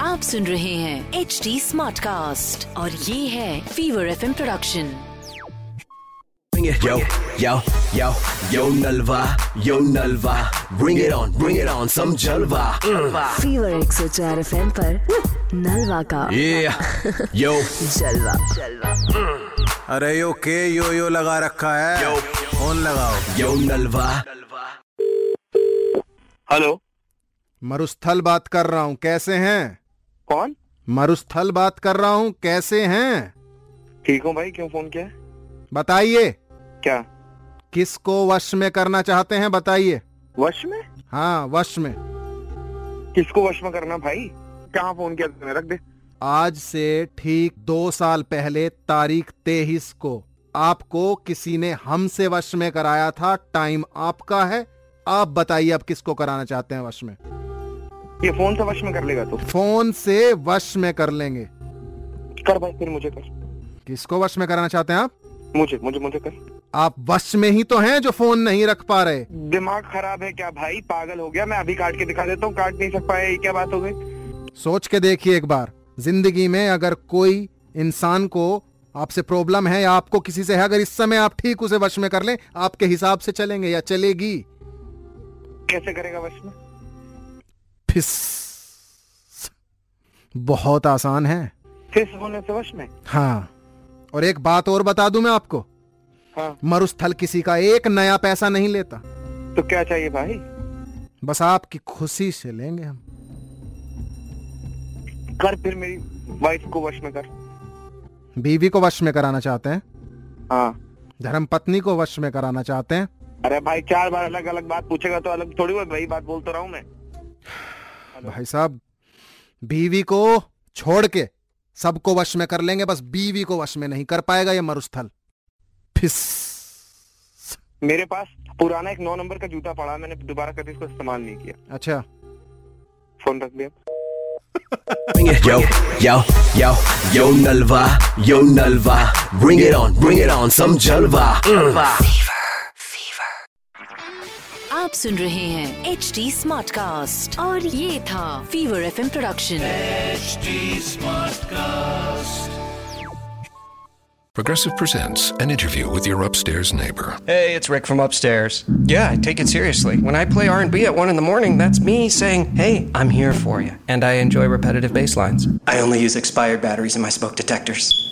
आप सुन रहे हैं एच डी स्मार्ट कास्ट और ये है fever F production Bring it, yo, yo, yo, yo Nalva, yo Nalva. Bring it on, bring it on, some Jalva. Mm. Fever एक सौ चार एफ एम नलवा का Yeah, yo, जलवा अरे यो के यो यो लगा रखा है Yo. फोन लगाओ yo Nalva. हेलो मरुस्थल बात कर रहा हूँ कैसे हैं कौन मरुस्थल बात कर रहा हूँ कैसे हैं ठीक हूँ भाई क्यों फोन किया है? बताइए क्या किसको वश में करना चाहते हैं बताइए वश में हाँ वश में किसको वश में करना भाई कहाँ फोन किया तूने रख दे आज से ठीक दो साल पहले तारीख तेईस को आपको किसी ने हमसे वश में कराया था टाइम आपका है आप बताइए आप किसको कराना चाहते हैं वश में ये फोन से वश में कर लेगा तू फोन से वश में कर लेंगे कर भाई फिर मुझे कर किसको वश में कराना चाहते हैं आप मुझे मुझे मुझे कर आप वश में ही तो हैं जो फोन नहीं रख पा रहे दिमाग खराब है क्या भाई पागल हो गया मैं अभी काट के दिखा देता हूँ काट नहीं सक पाया ये क्या बात हो गई सोच के देखिए एक बार जिंदगी में अगर कोई इंसान को आपसे प्रॉब्लम है या आपको किसी से है अगर इस समय आप ठीक उसे वश में कर लें आपके हिसाब से चलेंगे या चलेगी कैसे करेगा वश में फिस बहुत आसान है किस होने से वश में हाँ और एक बात और बता दूं मैं आपको हाँ मरुस्थल किसी का एक नया पैसा नहीं लेता तो क्या चाहिए भाई बस आपकी खुशी से लेंगे हम कर फिर मेरी वाइफ को वश में कर बीवी को वश में कराना चाहते हैं हाँ धर्म पत्नी को वश में कराना चाहते हैं अरे भाई चार बार अलग अलग बात पूछेगा तो अलग थोड़ी बहुत वही बात बोलता रहा हूँ मैं तो भाई साहब बीवी को छोड़ के सबको वश में कर लेंगे बस बीवी को वश में नहीं कर पाएगा ये मरुस्थल फिस मेरे पास पुराना एक नौ नंबर का जूता पड़ा है, मैंने दोबारा कभी इसको इस्तेमाल नहीं किया अच्छा फोन रख दिया Bring it, yo, yo, yo, yo Nalva, yo Nalva. Bring it on, bring it on, some Jalva. Mm. आप सुन रहे हैं एच डी स्मार्ट कास्ट और ये था fever F production Progressive presents an interview with your upstairs neighbor. Hey, it's Rick from upstairs. Yeah, I take it seriously. When I play R&B at 1 in the morning, that's me saying, "Hey, I'm here for you." And I enjoy repetitive bass lines. I only use expired batteries in my smoke detectors.